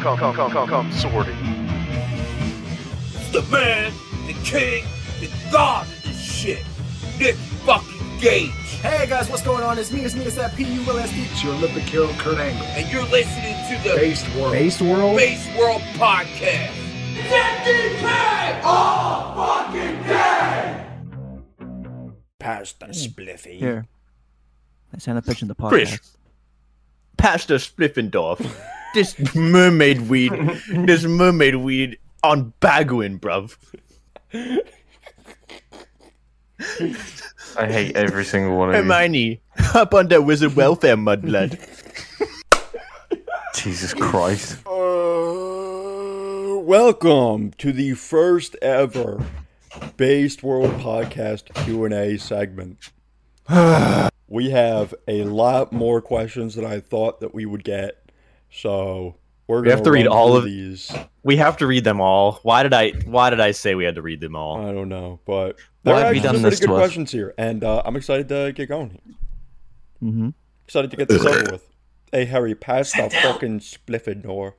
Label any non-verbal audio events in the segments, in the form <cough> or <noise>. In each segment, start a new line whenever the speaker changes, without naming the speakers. come, come, come, come, come, sorting.
the man, the king, the god of this shit. Nick fucking Gage.
Hey guys, what's going on? It's me, it's me, it's that P-U-L-S-D.
It's your Olympic hero, Kurt Angle.
And you're listening to the
Based world.
Based world.
Base World Podcast.
Pass the spliffy.
Here. Let's end up pitching the podcast.
Chris. Pass the Spliffendorf. this mermaid weed. this mermaid weed on Bagwin, bruv.
I hate every single one of you.
Hermione, up on that wizard welfare mudblood.
Jesus Christ.
Uh, welcome to the first ever Based World Podcast Q&A segment. <sighs> we have a lot more questions than I thought that we would get. So, we're going
We have to read all of-
these.
we have to read them all. Why did I? Why did I say we had to read them all?
I don't know, but there
Why
are
have you
actually
done
some pretty
this
good
to us?
questions here, and uh, I'm excited to get going. here.
Mm-hmm.
Excited to get this over with. Hey, Harry, pass the fucking spliffed door.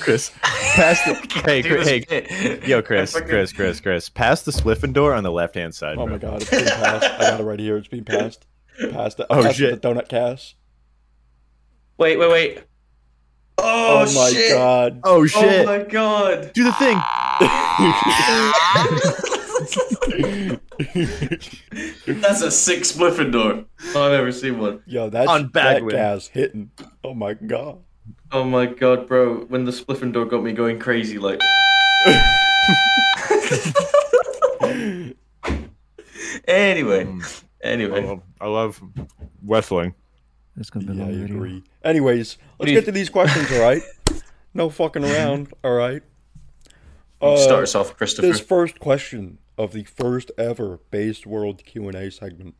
Chris, pass the <laughs> hey, Chris, hey, yo, Chris,
fucking-
Chris, Chris, Chris, pass the Sliffendor on the left hand side.
Oh my
bro.
god, it's being passed. I got it right here.
<laughs>
It's being passed. Passed it.
Oh,
Passed
shit.
The donut cast.
Wait, wait, wait.
Oh, my god.
Oh shit!
my god.
Do the thing.
That's a sick Spliffendor. Oh, I've never seen one.
Yo, that's
On
that
Bagwin.
gas hitting. Oh my god.
Oh my god, bro. When the Spliffendor got me going crazy, like. anyway.
I
Anyway.
love, Oh, I love wrestling.
It's gonna be a
Yeah,
long
I
video.
agree. Anyways, let's
do you
get to these questions, all right? No fucking around, all right? Uh,
Start us off, Christopher.
This first question of the first ever Based World Q&A segment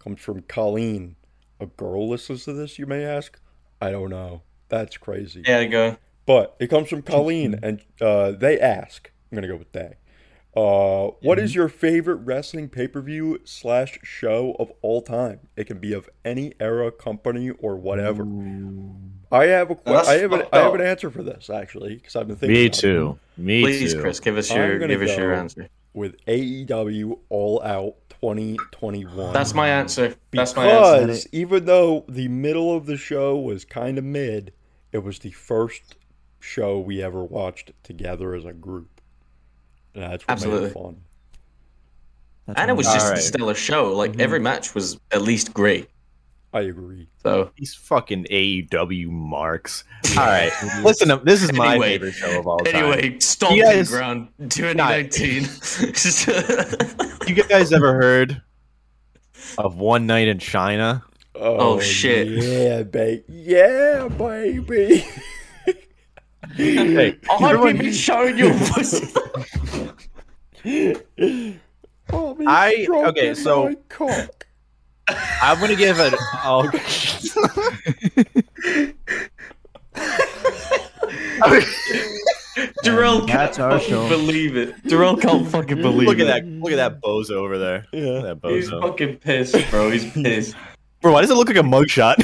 comes from Colleen. A girl listens to this, you may ask? I don't know. That's crazy.
Yeah, go.
But it comes from Colleen,
mm-hmm.
and uh, they ask. I'm gonna go with they. Uh, what
Mm-hmm.
is your favorite wrestling pay per view slash show of all time? It can be of any era, company, or whatever. I have a que-
That's
I have an,
fucked
I have an
up.
answer for this actually because I've been thinking.
Me
about it.
too. Me
Please,
too.
Chris, give us
I'm
your
gonna
give us your
go-
answer.
With AEW All Out 2021.
That's my answer. That's my answer.
because even though the middle of the show was kind of mid, it was the first show we ever watched together as a group. And that's what made
Absolutely.
it fun.
That's
And it
all
was
right.
just a
Alright.
stellar show. Like every
Mm-hmm.
match was at least great.
I agree.
So
These fucking AEW marks. All <laughs> right, listen. up. This is my
Anyway.
favorite show of all time.
anyway, stomping
guys-
ground <laughs> 2019.
you guys ever heard of One Night in China?
Oh,
shit.
Yeah, baby. Yeah,
<laughs>
baby.
<laughs> Hey,
I haven't been showing
<laughs>
you. pussy.
Oh, me
I-
stroking
okay, so-
my cock.
I'm gonna give it. Oh,
Darrell can't
That's our
fucking
show.
believe it. Darrell can't fucking believe
look at
it.
that! Look at that bozo over there. Look
Yeah.
at that
He's
bozo.
fucking pissed, bro. He's pissed.
Bro, why does it look like a mugshot?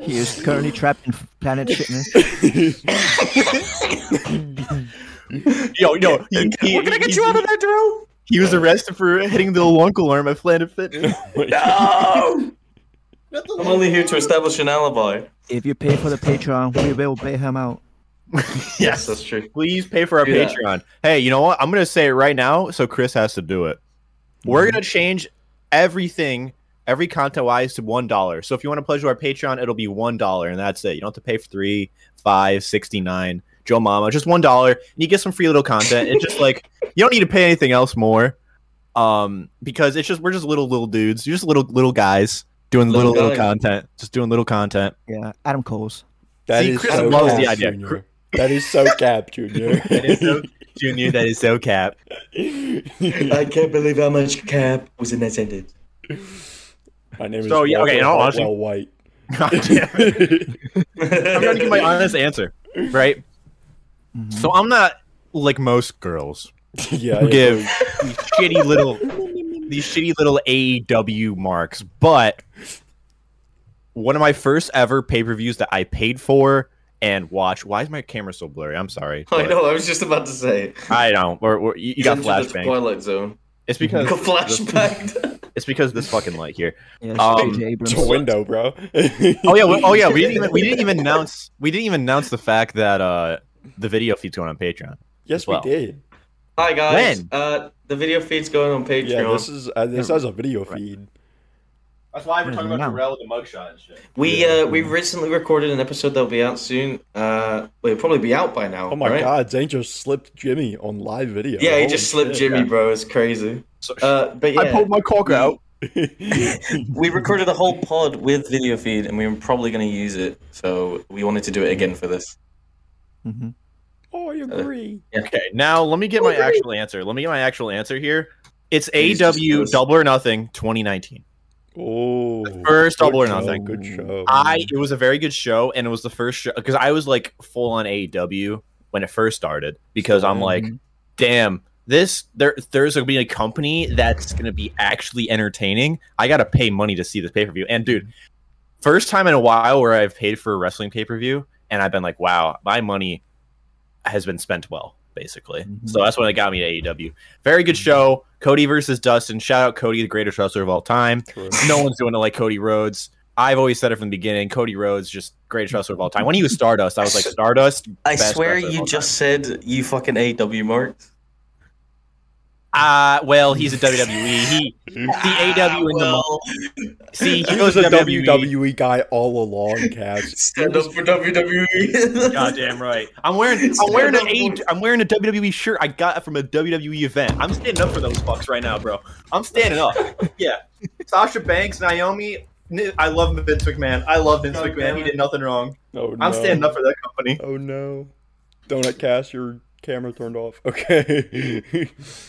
He is currently trapped in planet shitness.
<laughs> <laughs> yo, yo, he, he,
We're gonna get
he-
you out of there, Darrell.
He was arrested for hitting the little uncle arm at Planet <laughs> Fitness.
No. I'm only here to establish an alibi.
if you pay for the Patreon, we will pay him out.
Yes, that's true.
Please pay for our
Do that.
Patreon. Hey, you know what? I'm gonna say it right now, so Chris has to do it. We're gonna change everything, every content wise, to one dollar. So if you want to pledge to our Patreon, it'll be one dollar, and that's it. You don't have to pay for three, five, sixty nine. Joe Mama, just one dollar, and you get some free little content. It's just like <laughs> you don't need to pay anything else more, um, because it's just we're just little little dudes, You're just little little guys doing little
Little
little,
guys.
content, just doing little content.
Yeah, Adam Cole's.
That
See,
is
Chris
so
loves
cap,
the idea.
Junior.
Chris-
That is so
<laughs>
cap, Junior.
Junior, that is so cap. <laughs>
I can't believe how much cap was in that sentence.
my name is
So, yeah, okay, in all honesty-
Well, White.
I'm trying to give my honest answer, right? So I'm not like most girls
<laughs> yeah,
who
I
give
agree.
these shitty little these shitty little AEW marks, E but one of my first ever pay per views that I paid for and watched. Why is my camera so blurry? I'm sorry.
<laughs> I
but-
know. I was just about to say. it.
I know. We're, we're, you, you got
Into the
flashbang.
Twilight Zone.
It's because
Got flashbanged.
it's because of this fucking light here.
Yeah,
Um,
J.J. Abrams.
It's a window, bro.
Oh
<laughs>
yeah. we- Oh yeah. We didn't even we didn't even announce we didn't even announce the fact that uh the video feed's going on Patreon.
yes,
Well.
we did.
Hi guys.
<laughs> When?
Uh, the video feed's going on Patreon.
Yeah, this is uh, this has a video feed.
That's why
we're talking about Yeah.
with the mugshot and shit.
we uh, we recently recorded an episode that'll be out soon. Uh, well, it'll probably be out by now.
Oh my
right?
God, Zane just slipped Jimmy on live video.
Yeah, he
Holy
just slipped
shit.
Jimmy, bro. It's crazy. Uh, but yeah,
I pulled my cock out.
we recorded a whole pod with video feed, and we were probably going to use it. So we wanted to do it again for this.
Mhm.
Oh,
Uh,
I agree.
Okay, now let me get my actual answer. Let me get my actual answer here. It's
Please
AW
disclose.
Double or Nothing 2019.
Oh,
First
good
Double or
show,
Nothing.
Good show.
I it was a very good show, and it was the first show because I was like full on AEW when it first started because I'm like, damn, this there there's gonna be a company that's gonna be actually entertaining. I gotta pay money to see this pay per view, and dude, first time in a while where I've paid for a wrestling pay per view, and I've been like, wow, my money has been spent well, basically.
Mhm.
So that's when it got me to AEW. Very good show. Cody versus Dustin. Shout out Cody, the greatest wrestler of all time <laughs>
True.
no one's doing it like Cody Rhodes. I've always said it from the beginning. Cody Rhodes, just greatest wrestler of all time. When he was Stardust, I was like, Stardust.
I
best
swear
wrestler of
you
all
just said you fucking AW marks.
time." Uh, well, he's a WWE. He the AW in the mo- see he
He
goes E.
was a
to
WWE.
WWE.
guy all along, Cass.
Stand up for
E.
WWE.
Goddamn right. I'm wearing I'm wearing an a, I'm wearing a WWE shirt I got from a WWE event. I'm standing up for those fucks right now, bro. I'm standing up. <laughs> Yeah. Sasha Banks, Naomi. Ni- I love Vince McMahon. I love Vince
God
McMahon.
damn
He
it.
did nothing wrong.
Oh, no.
<laughs> I'm standing up for that company.
Oh no. Donut Cass, your camera turned off. Okay. <laughs>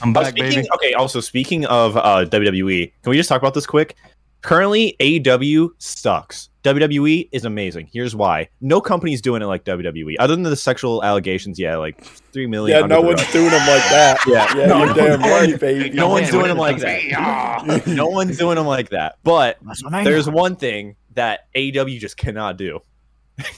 I'm
Uh,
back,
speaking-
baby.
Okay. Also, speaking of uh, WWE, can we just talk about this quick? Currently, AEW sucks. WWE is amazing. Here's why: no company's doing it like WWE, other than the sexual allegations. Yeah, like three million.
yeah,
under
no
the
one's <laughs>
rug.
doing them like that.
Yeah.
Yeah, you're damn right, baby.
No one's doing them like
<laughs> Ah.
that.
no one's doing them like that. But
WrestleMania.
there's one thing that AEW just cannot do.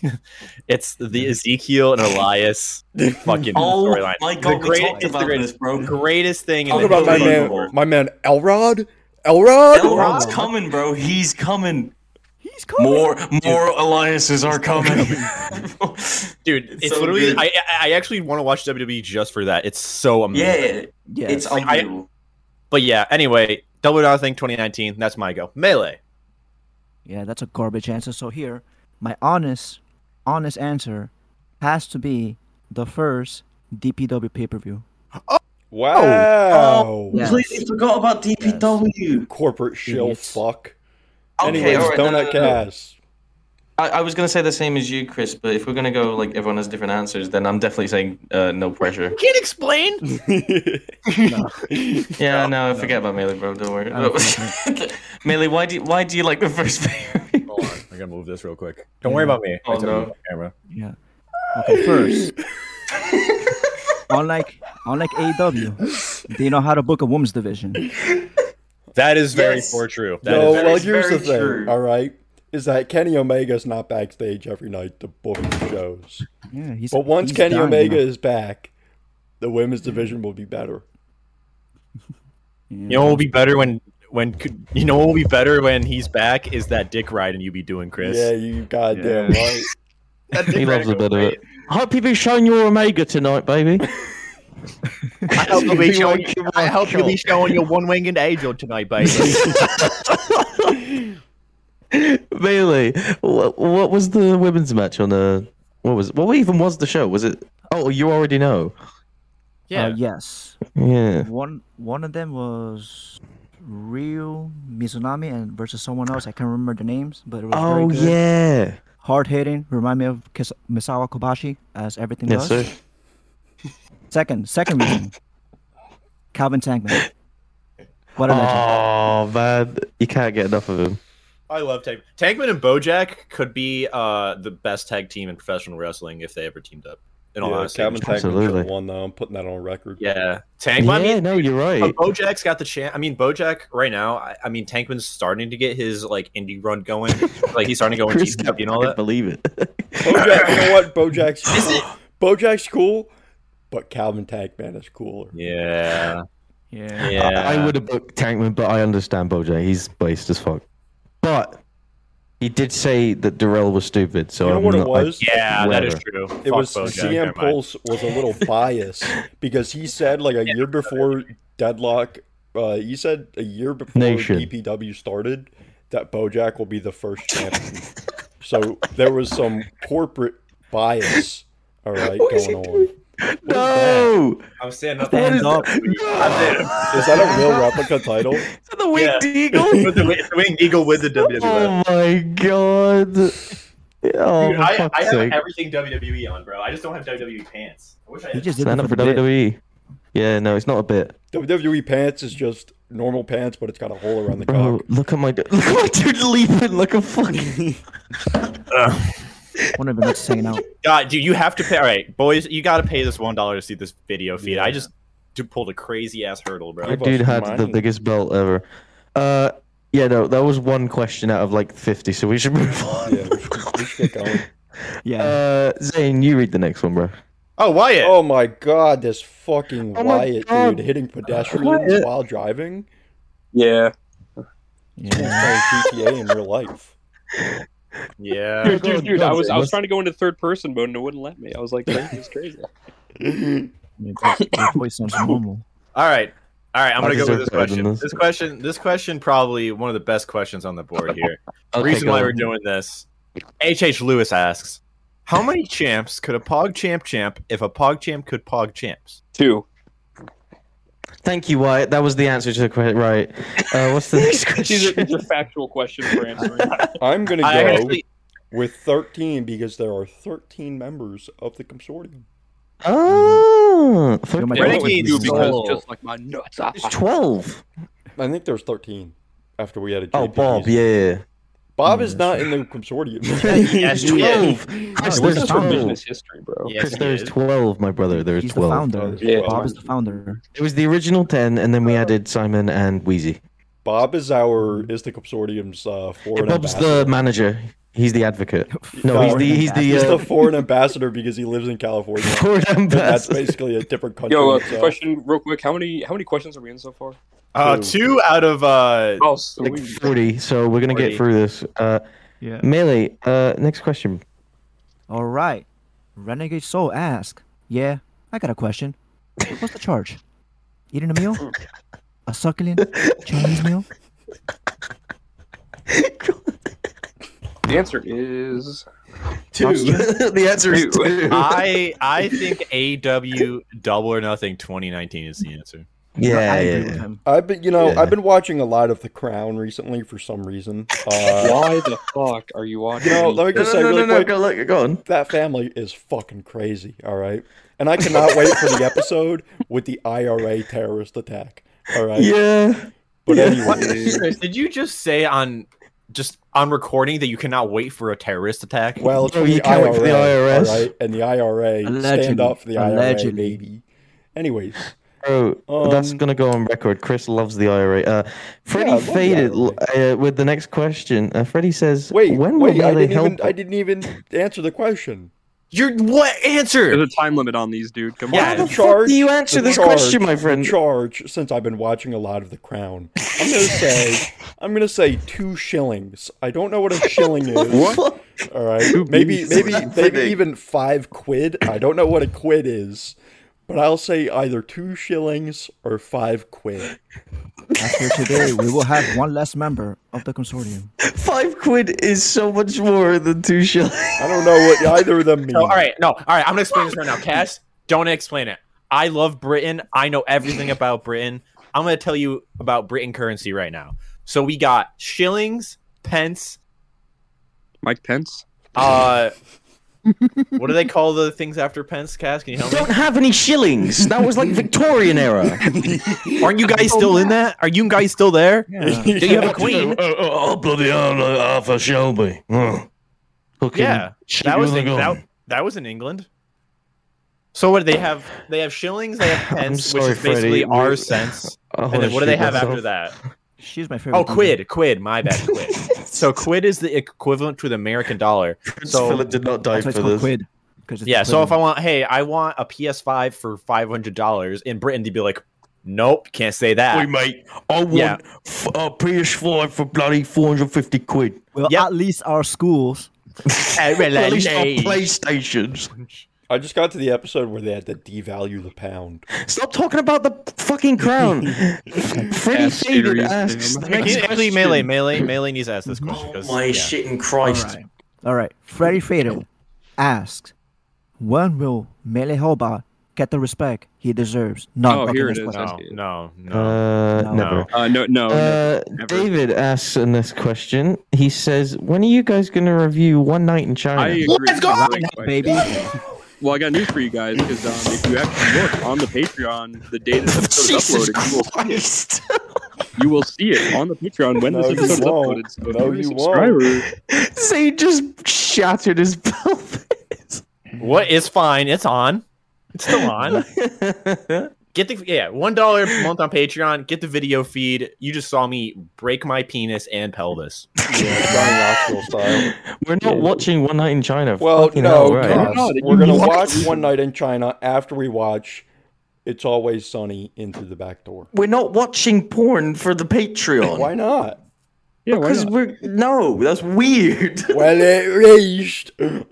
<laughs> it's the Ezekiel and
<laughs>
Elias fucking
Oh
storyline.
my
The
god, we
great-
talked
it's the
about
great-
this, bro.
greatest thing. in
Talk
the
Talk about my
history of
man,
Unbelievable.
my man Elrod. Elrod.
Elrod's coming, bro. He's coming.
he's coming.
More more alliances are coming.
<laughs>
<laughs>
dude it's,
It's so
literally
good.
I, I- I actually want to watch wwe just for that it's so amazing
yeah,
Yes.
it's
I-
unbelievable.
but yeah anyway double dollar thing 2019 that's my go melee
Yeah, that's a garbage answer. So here, my honest, honest answer has to be the first DPW pay per view.
Oh,
Wow.
Yeah.
Oh, Completely forgot about DPW.
Corporate shill
Idiots.
fuck.
Okay,
Anyways,
all right, no,
Donut
no, no, no.
Cass.
I, I was gonna say the same as you, Chris, but if we're gonna go like everyone has different answers, then I'm definitely saying uh, no pressure.
can't
<laughs>
explain
Yeah, no, forget about melee, bro. Don't worry. <laughs> melee, why do you, why do you like the first <laughs> pair?
hold on i'm gonna move this real quick don't worry about me
Oh,
I took
no.
my camera.
Yeah. Okay, first, unlike unlike AEW, they know how to book a women's division.
that is very
Yes.
for true That
no,
is-
well,
is
here's the
very
thing.
true.
All right, is that Kenny Omega's not backstage every night to book shows.
Yeah, he's.
But once
he's
Kenny
dying
Omega
now.
is back, the women's
Mm-hmm.
division will be better.
Yeah.
you know what will be better when when could- you know what will be better when he's back is that dick ride and you be doing chris <laughs>
Yeah, you goddamn right.
That dick
He
ride
loves a
goes
bit of
great.
it. Hope you've been showing your Omega tonight,
<laughs>
baby.
I hope you'll be showing, I hope you'll be
Sure.
showing your one winged angel tonight, <laughs> baby.
Really? What, what was the women's match on the? What was? What even was the show? Was it? Oh, you already know.
<laughs>
Uh,
Um,
yes.
Yeah.
One one of them was Ryu Mizunami and versus someone else. I can't remember the names, but it was very
Oh
good.
yeah.
Hard hitting. Remind me of Kis- Misawa Kobashi as everything
Yes,
does.
sir.
Second, second
<coughs>
reason. Calvin Tankman. What a legend.
Oh man, you can't get enough of him.
I love Tag Tankman and Bojack could be uh, the best tag team in professional wrestling if they ever teamed up. <laughs> In all honesty,
Calvin Tankman should
Absolutely.
have won though. I'm putting that on record.
yeah, Tank. well, I
yeah,
mean,
no, you're
but
right.
Bojack's got the chance. I mean, Bojack right now. I, I mean, Tankman's starting to get his like indie run
<laughs>
going. like he's starting to go in
Chris
GW and all
can't
that.
believe it.
Bojack, you know what? Bojack's
Is
cool.
it?
Bojack's cool, but Calvin Tankman is cooler.
Yeah,
Yeah.
yeah.
<laughs> Uh, I would have booked Tankman, but I understand Bojack. He's based as fuck. But he did say that Darrell was stupid, so
You know
I'm
what it
not- I-
was?
Yeah, that is
Whatever.
true.
It was CM Pulse was a little biased because he said like a year before Deadlock, uh, he said a year before
Nation.
DPW started that Bojack will be the first champion. so there was some corporate bias, all right,
What is he
going on.
doing? no,
I'm standing up.
What is
Up. <laughs>
that? <laughs> No!
Is that a real replica title?
Is that the winged
Yeah. <laughs>
eagle?
With the wing- the winged eagle with the WWE.
oh my god! Oh,
Dude,
for
I,
fuck's
I have
sake.
everything WWE on, bro. I just don't have WWE pants. I wish I
He
had.
just did it
Sign up for
the bit.
WWE. Yeah, no, it's not a bit.
WWE E pants is just normal pants, but it's got a hole around the
Bro,
cock.
look at my <laughs> dude. Look at my dude leaping like a fucking. E.
One of them that's hanging out.
God, dude, you have to pay. All right, boys, you got to pay this one dollar to see this video feed. I just d- pulled a crazy ass hurdle, bro.
My
Give us
dude had the
money.
biggest belt ever. Uh, yeah, no, that was one question out of like fifty, so we should move <laughs> on.
Yeah, we should, we should get going.
<laughs>
Yeah.
Uh, Zane, you read the next one, bro.
Oh, Wyatt.
<laughs> Oh my god, this fucking
Oh my
Wyatt
God.
dude hitting pedestrians
Wyatt.
while driving.
Yeah.
He's
yeah.
playing GTA in real life.
Yeah.
Dude, dude, dude! I was I was trying to go into third person mode and it wouldn't let me. I was like, this is crazy.
I mean, that's- that voice sounds normal.
All right. All right, I'm
I
gonna go with
deserve
this
better than
question.
this.
This. question, this question, probably one of the best questions on the board here.
Okay,
Reason
go
why
on.
we're doing this. HH Lewis asks, "How many champs could a Pog Champ champ if a Pog Champ could Pog champs?"
Two.
Thank you, Wyatt. That was the answer to the question. Right. Uh,
<laughs>
what's the
These
next
are,
question?
these are factual questions for <laughs> answering.
I'm gonna go
I actually,
with 13 because there are 13 members of the consortium.
Oh, fuck.
Yo, my
Renegade
voice is
do
normal.
because
Oh.
just like my nuts.
It's twelve.
I think there's 13 after we had a
Oh,
JPPs.
Bob. Yeah.
Bob is not in the
<laughs>
consortium. <laughs>
Yes, he is.
Chris,
No,
there's
he's
That's our
Oh.
business
twelve.
history, bro.
yes,
Chris,
he
there is
is.
twelve, my brother. There is
He's the
twelve.
founder.
Yeah.
Bob is the founder.
It was the original ten, and then we added Simon and Wheezy.
Bob is our is the consortium's uh, foreign
Bob's
ambassador.
the manager. He's the advocate. No, he's
Foreign
the he's the,
He's
uh,
the foreign ambassador because he lives in California.
foreign <laughs>
And that's
ambassador.
basically a different country.
Yo, uh,
in itself.
question real quick. How many how many questions are we in so far?
Uh, two out of
<laughs>
uh,
Oh, so
Like
we-
forty. So we're gonna
40.
get through this. Uh,
Yeah.
Melee. Uh, next question.
All right. Renegade Soul asks, Yeah, I got a question. What's the charge? Eating a meal? A succulent Chinese meal?
the answer is
<laughs>
the answer is <laughs> two.
I I think AW Double or Nothing 2019 is the answer.
No,
yeah,
I
yeah,
agree with
yeah.
him.
I've been, you know,
Yeah.
I've been watching a lot of The Crown recently for some reason. Uh,
why the fuck are you watching?
you know, let me
No,
just
no,
say
no,
really
no, no,
quick,
go, look, go on.
that family is fucking crazy. All right, and I cannot wait
<laughs>
for the episode with the IRA terrorist attack. All right,
Yeah.
but
yeah.
anyway,
Did you just say on just on recording that you cannot wait for a terrorist attack?
well, it's
No,
for the
you can't wait for the
IRA, all
IRS.
right, and the IRA stand
Allegedly.
up for the IRA,
Allegedly.
baby. Anyways,
Bro, that's
Um,
gonna go on record. Chris loves the IRA. Uh, Freddie
I love the
faded uh, with the next question. Uh, Freddie says,
wait,
when
wait,
will
I
Melee
didn't,
help?"
even, I didn't even answer the question.
You're what
There's
answer?
a time limit on these, dude. Come
Yeah.
How the
on.
fuck
charge-
do you answer
the
this
charge-
question, my
the
friend?
charge since I've been watching a lot of The Crown. I'm gonna say I'm gonna say two shillings. I don't know what a shilling is.
<laughs> What?
All right, maybe
bees.
maybe maybe
Kidding.
even five quid. I don't know what a quid is, but I'll say either two shillings or five quid.
After today, we will have one less member of the consortium.
Five quid is so much more than two shillings.
I don't know what either of them mean.
No, all right, no, all right. I'm gonna explain this right now. Cass, don't explain it. I love Britain. I know everything about Britain. I'm gonna tell you about Britain currency right now. So we got shillings, pence.
Mike Pence. <laughs>
Uh, what do they call the things after pence? Cass, can you help me?
Don't have any shillings. That was like Victorian <laughs> era.
Aren't you <laughs> guys still in that? Are you guys still there? <laughs>
Yeah.
Do you have a queen?
oh, bloody hell, Arthur Shelby. Hmm. "Oh."
Yeah, that was in, that, that was in England. So what do they have? They have shillings. They have
<laughs> I'm
pence,
sorry,
which is basically
Freddie.
our
We- <laughs>
cents.
I
and
wanna
then what do they
shoot
have after
myself.
that?
She's my favorite.
Oh,
DJ.
quid, quid. My bad,
<laughs>
quid. so quid is the equivalent to the American dollar.
Prince
So-
Philip did not die
That's why
for
it's called
this.
quid. 'cause it's
Yeah. So if I
equivalent.
want, hey, I want a PS5 for five hundred dollars in Britain, they'd be like, nope, can't say that.
Oi, mate, I want
Yeah.
f- a PS5 for bloody 450 quid.
well,
yeah.
at least our schools.
At least our
Hey,
PlayStations.
I just got to the episode where they had to devalue the pound.
Stop talking about the fucking crown. Freddie
Ask
David
serious
asks.
thing.
next
Actually, actually,
question.
melee, melee, melee needs to ask this question.
Oh
'cause-
my
yeah.
shitting
All
Christ!
right. All right. Freddy Fatal asks, when will Mele Hoba get the respect he deserves? Not
Oh,
fucking
here it
respect.
is.
No, no, no.
Uh,
No.
never.
Uh, no, no.
Uh,
never.
David asks in this question. He says, "When are you guys going to review One Night in China?"
I agree.
Let's go!
Great question.
Baby,
Well, I got news for you guys because um, if you actually look on the Patreon, the day this episode is
Jesus
uploaded, you will,
Christ!
you will see it on the Patreon when
No,
this
you
episode is
won't.
uploaded. So if
No,
you're a
you won't.
subscriber,
Zay just shattered his pelvis.
What is fine? It's on. It's still
<laughs>
on. Get the yeah one dollar a month on Patreon. Get the video feed. You just saw me break my penis and pelvis.
Yeah, Johnny Knoxville style.
We're not watching One Night in China.
Well,
Fucking
no,
hell, right?
Cass,
No, no,
we're gonna
you-
watch One Night in China after we watch It's Always Sunny into the back door.
We're not watching porn for the Patreon.
Why not?
yeah, why
Because
not?
we're no, that's weird. <laughs>
Well, it reached
At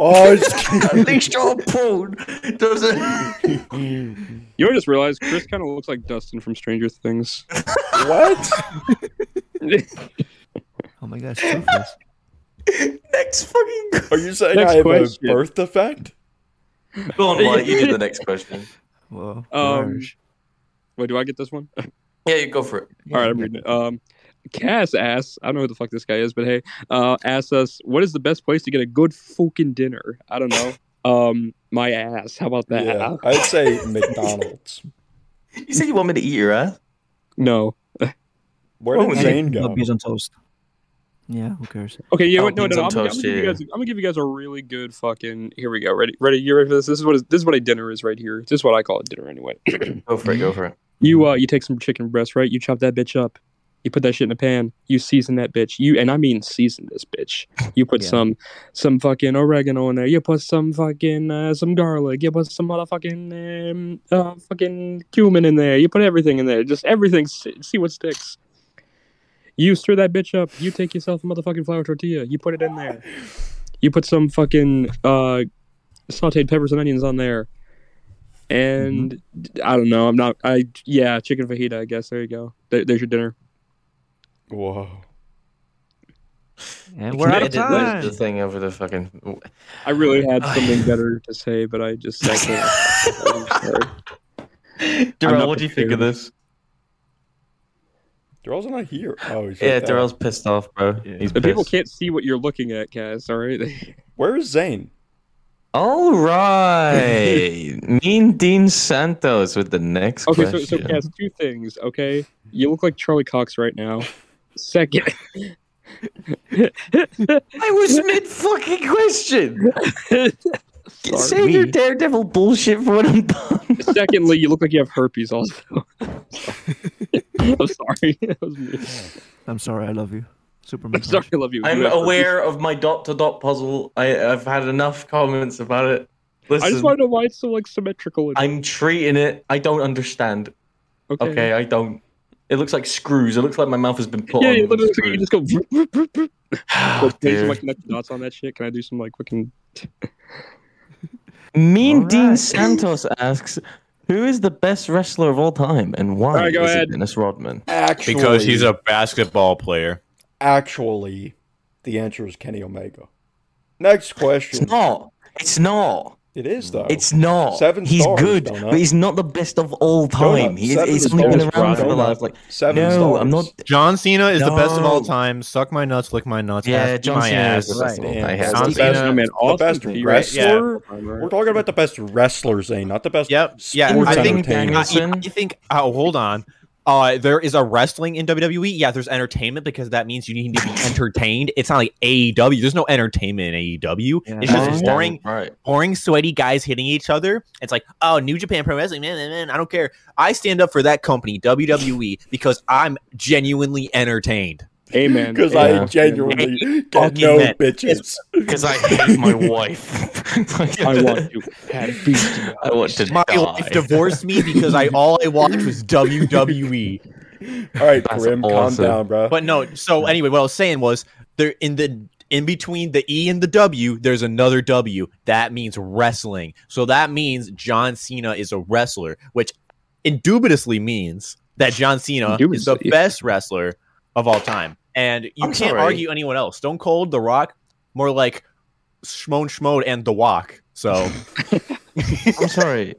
least our porn doesn't. <laughs>
You know, I just realized Chris kind of looks like Dustin from Stranger Things.
what?
oh my gosh, toothless.
Next fucking.
<laughs> Are you saying
Next
I have
question.
a birth defect?
Go on, Mike. You do the next question.
Whoa,
<laughs> Um,
gosh.
wait, do I get this one?
Yeah, you go for it.
All right, I'm reading it. Um, Cass asks, I don't know who the fuck this guy is, but hey, uh, asks us, what is the best place to get a good fucking dinner? I don't know. Um, my ass. How about that?
Yeah, I'd say McDonald's.
You said you want me to eat your ass.
No.
Where
Oh,
What
did
was
Zane
No
go?
bees on toast. Yeah, who cares?
Okay, you know
Oh,
what? No,
beans
no, no.
on
I'm, gonna- I'm
toast,
gonna give you
yeah.
guys. I'm gonna give you guys a really good fucking. Here we go. Ready? Ready? You ready for this? This is what is, this is what a dinner is right here. This is what I call a dinner anyway.
Go for it. Go for it.
You uh, you take some chicken breast, right? You chop that bitch up. You put that shit in a pan. You season that bitch. You and I mean season this bitch. You put
Yeah.
some some fucking oregano in there. You put some fucking uh, some garlic. You put some motherfucking um, uh, fucking cumin in there. You put everything in there. Just everything. See, see what sticks. You stir that bitch up. You take yourself a motherfucking flour tortilla. You put it in there. You put some fucking uh, sautéed peppers and onions on there. And
Mm-hmm.
I don't know. I'm not. I yeah, chicken fajita. I guess there you go. There, there's your dinner.
Whoa.
And
You
we're
can
out of
edit the-
time.
The thing over the fucking.
I really had something better to say, but I just I can't. I'm sorry.
Darrell,
not
what do you think of this?
Darrell's not here. Oh, he's
Yeah,
right there.
Darrell's pissed off, bro. He's
The
pissed.
people can't see what you're looking at, Cass. All right. <laughs>
Where is Zane?
All <laughs> right. mean Dean Santos with the next
Okay. So
question.
so Cass, two things. Okay, you look like Charlie Cox right now. Second, <laughs>
I was mid fucking question.
<laughs> sorry.
Save your daredevil bullshit for when I'm done.
secondly, you look like you have herpes. Also, I'm sorry. <laughs> That was me.
I'm sorry, I love you. Superman.
<laughs>
I'm sorry.
punch.
I love you.
I'm
You have herpes.
aware of my dot to dot puzzle. I, I've had enough comments about it. Listen,
I just want to know why it's so like symmetrical. And,
I'm treating it. I don't understand.
okay.
Okay, I don't. It looks like screws. It looks like my mouth has been put
Yeah,
on.
yeah,
with
literally, you
screws.
just go. vroom, vroom, vroom, vroom.
<sighs> Oh,
Like, can I do some
Dude.
like connected dots on that shit? Can I do some like fucking
Mean
All
Dean
right.
Santos asks, "Who is the best wrestler of all time, and why
All right, go
is
ahead.
it Dennis Rodman?"
Actually,
basketball player.
actually, the answer is Kenny Omega. Next question.
It's not. It's not.
It is though.
It's not.
Oh. Seven
he's
stars,
good,
Donut.
but he's not the best of all time.
Donut,
He is,
seven
he's only been
stars,
around for
Donut.
life. Like,
seven.
no,
stars.
I'm not.
John Cena is the best of all
No.
time. Suck my nuts, lick my nuts.
Yeah,
ass,
John
my
Cena is
ass.
the best of all
Right.
time.
Yeah.
John
The
Cena-
best-
I mean,
the
Austin
best
Theory, right?
yeah.
wrestler. We're talking about the best wrestlers, Zane, not the best
Yep. Yeah.
sports
I think.
entertainment.
I,
entertainers.
I think. Oh, hold on. uh, there is a wrestling in WWE. Yeah, there's entertainment because that means you need to be entertained. It's not like AEW. There's no entertainment in AEW.
Yeah,
it's just
no.
boring,
Right.
boring, sweaty guys hitting each other. It's like, oh, New Japan Pro Wrestling, man, man, man. I don't care. I stand up for that company, WWE, because I'm genuinely entertained.
Amen.
Because
Yeah.
I genuinely get
Fucking
no
men.
bitches.
Because I hate my wife.
<laughs>
<laughs>
I want you. Pat beast.
I want to
My
die.
wife divorced me because I all I watched was E. WWE.
All right,
That's
Grim,
awesome.
calm down, bro.
But no, so anyway, what I was saying was there in the in between the E and the W, there's another W. That means wrestling. So that means John Cena is a wrestler, which indubitably means that John Cena is the
Indubitably.
best wrestler of all time. And you
I'm
can't
sorry.
argue anyone else. Stone Cold, The Rock, more like Shmoan Schmode and The Walk. So
I'm sorry.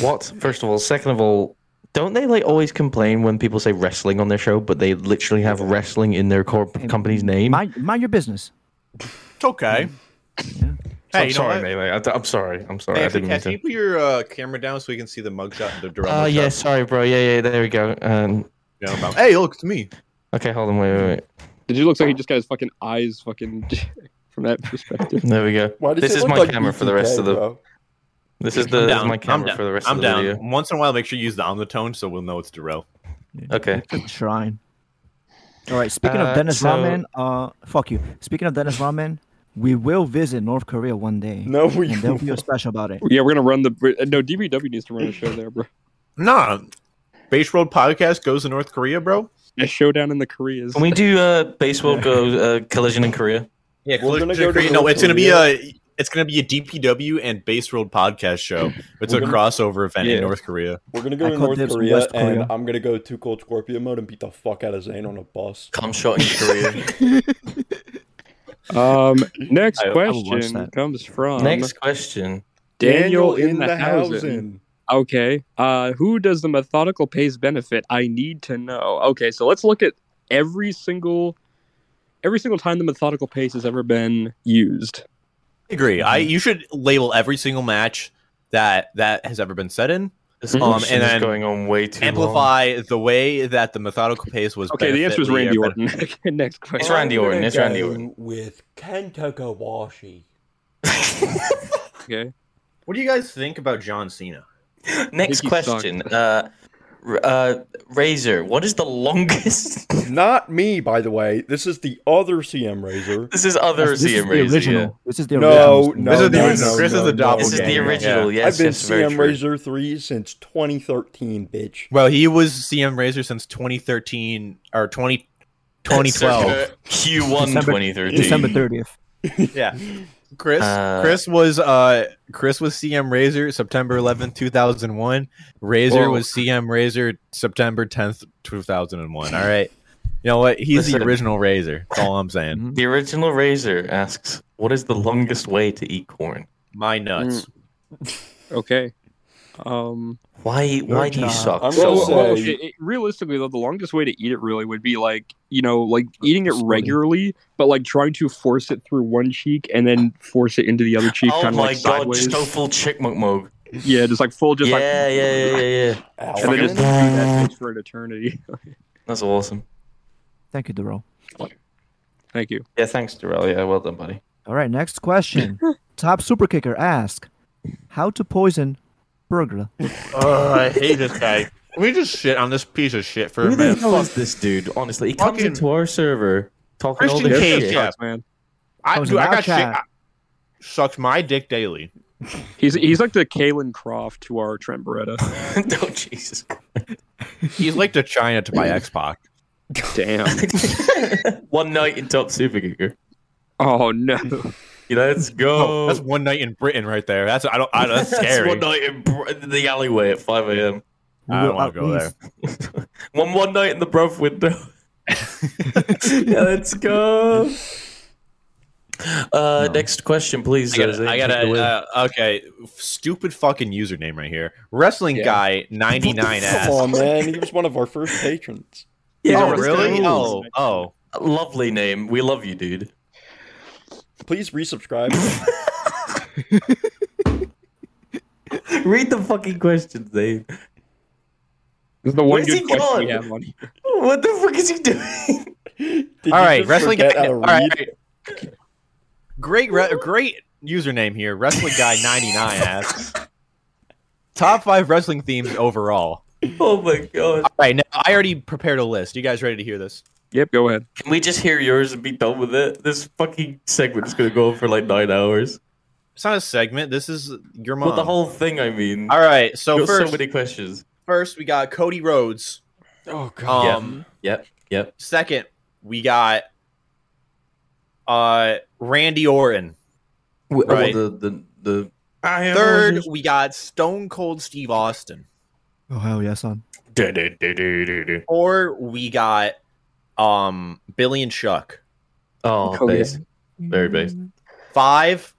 What? First of all, second of all, don't they like always complain when people say wrestling on their show, but they literally have wrestling in their corp- company's name?
Mind, mind your business.
it's okay.
So
Hey,
I'm
you know
sorry,
what?
Melee. I, am sorry. I'm sorry.
Hey,
I
actually,
didn't mean
Cass,
to.
can you put your uh, camera down so we can see the mugshot and the drum?
Uh,
Oh, yeah, sorry, bro. Yeah, yeah, there we go. Um,
Hey, look, it's me.
okay, hold on. Wait, wait, wait.
Did you look like he just got his fucking eyes fucking <laughs> from that perspective?
There we go.
Why does
This
it
is
look
my
like
camera for the
BTK,
rest of the-
bro?
This is the
I'm
this is
down.
my camera
I'm
for the rest
I'm
of the
down.
video.
Once in a while, make sure you use the omnitone so we'll know it's Darrell. <laughs>
Okay.
Shrine. All right. Speaking
Uh,
of Dennis
so-
Rodman, uh, fuck you. Speaking of Dennis Rodman, we will visit North Korea one day.
No, we
And they'll feel special about it.
yeah, we're gonna run the. No, DBW needs to run a show there, bro.
Nah. Base Road Podcast goes to North Korea, bro.
A showdown in the Koreas.
<laughs> Can we do uh, baseball go uh, collision in Korea?
Yeah,
We're gonna
Collision
go to
Korea- No,
North
it's gonna be a it's gonna be a DPW and Base Road Podcast <laughs> show. It's a crossover event
Yeah.
in North Korea.
<laughs> We're gonna go
I
to
call
North
dibs on
Korea,
West Korea.
and I'm gonna go two cold Scorpio mode and beat the fuck out of Zane on a bus.
Come shot in Korea.
<laughs>
Um, next
I- I will watch
question
that.
comes from
Next question.
Daniel, in, the, housing. Okay. Uh, who does the methodical pace benefit? I need to know. Okay, so let's look at every single, every single time the methodical pace has ever been used. <laughs>
I agree. I you should label every single match that that has ever been set in.
This
Um,
question
and
is
then
going on way too long. <laughs>
Amplify the way that the methodical pace was.
Okay, the answer is
benefitly-
Randy Orton. next
It's
question.
Randy Orton. It's Randy Orton.
with Kenta Kawashi.
Okay.
What do you guys think about John Cena?
Next
Think he sucked.
question. Uh, r- uh, Razor, what is
<laughs>
the longest?
Not me, by the way. This is the other CM Razor.
this is other
This is
CM
the
Razor.
original.
yeah.
This is the
No,
original.
no,
This is the
no,
original.
no,
This is
no,
the
no.
doppelganger.
This is the
Yeah.
original. Yes,
I've been
yes, very
CM
true.
Razor three since 2013, bitch.
Well, he was CM Razor since 2013 or 20,
uh,
2012.
Circa Q1
December-
2013.
December 30th.
yeah. Chris
Uh,
Chris was uh Chris was CM Razor September 11th, 2001. Razor
Whoa.
was CM Razor September 10th, 2001. All right. You know what? He's
Listen.
the original Razor. That's all I'm saying.
Mhm.
The original Razor asks, "What is the longest way to eat corn?
My nuts.
Okay. Um.
Why? Why do you
Nah,
suck
I'm
so
gonna
well,
long?"
well,
say-
okay, it- realistically, though, the longest way to eat it really would be like you know, like eating it regularly, but like trying to force it through one cheek and then force it into the other cheek,
Oh
kind of
my
like
god,
sideways.
just full chickmunk mug.
Yeah, just like full, just
yeah,
like
yeah, yeah, yeah, yeah.
and then
Alvin?
just do that bitch for an eternity. <laughs>
That's awesome.
Thank you, Darrell.
Thank you.
Yeah, thanks, Darrell. Yeah, well done, buddy.
All right, next question. Top super kicker asks, "How to poison burglar?"
Oh, I hate this guy. Let me just shit on this piece of shit for a
Who the
minute.
hell is this dude? Honestly, he comes
Fucking-
into our server talking all
Christian
this
Cage,
shit.
yeah.
man.
I,
Comes
dude, I
in our
got shit.
chat.
I, sucks my dick daily.
He's he's like the Kalen Croft to our Trent Beretta.
<laughs> oh Jesus!
He's like the China to my X Pac.
Damn.
<laughs> One night in top super kicker.
Oh no.
Let's go.
Oh, That's one night in Britain right there. That's I don't. I, <laughs> that's
<laughs> That's
scary.
one night in Br- the alleyway at 5 a.m.
We
I don't
will
wanna go
outwit-
there.
One one night in the broth window.
<laughs>
yeah, let's go. Uh, Next question, please.
I got
Jose.
a, I got
Take it away.
a uh, okay. Stupid fucking username right here. Wrestling
Yeah.
guy ninety nine
Come
ass.
on, man. He was one of our first patrons.
Yeah,
Oh
let's
really?
go.
Oh oh.
lovely name. We love you, dude.
<laughs>
Please resubscribe.
Read the fucking questions, Dave.
This is the one
Where's he
good question we
gone?
have on here.
What the fuck is he doing? <laughs>
Did you
All right,
just
wrestling guy.
forget how to
All right,
read?
all right. Great, re- great username here. Wrestling guy ninety nine <laughs> asks top five wrestling themes overall.
oh my god.
All right, now I already prepared a list. You guys ready to hear this?
Yep, go ahead.
Can we just hear yours and be done with it? This fucking segment is gonna go on for like nine hours.
It's not a segment. This is your mom.
Well, the whole thing, I mean.
all right, so
There's
first,
so many questions.
first we got Cody Rhodes.
Oh god.
Um,
Yep, yep.
Second, we got uh Randy Orton.
W-
Right.
well, the, the, the,
Third, we got Stone Cold Steve Austin.
Oh hell yeah, son.
Or we got um Billy and Chuck.
Oh,
Cody.
base. Very base.
Five.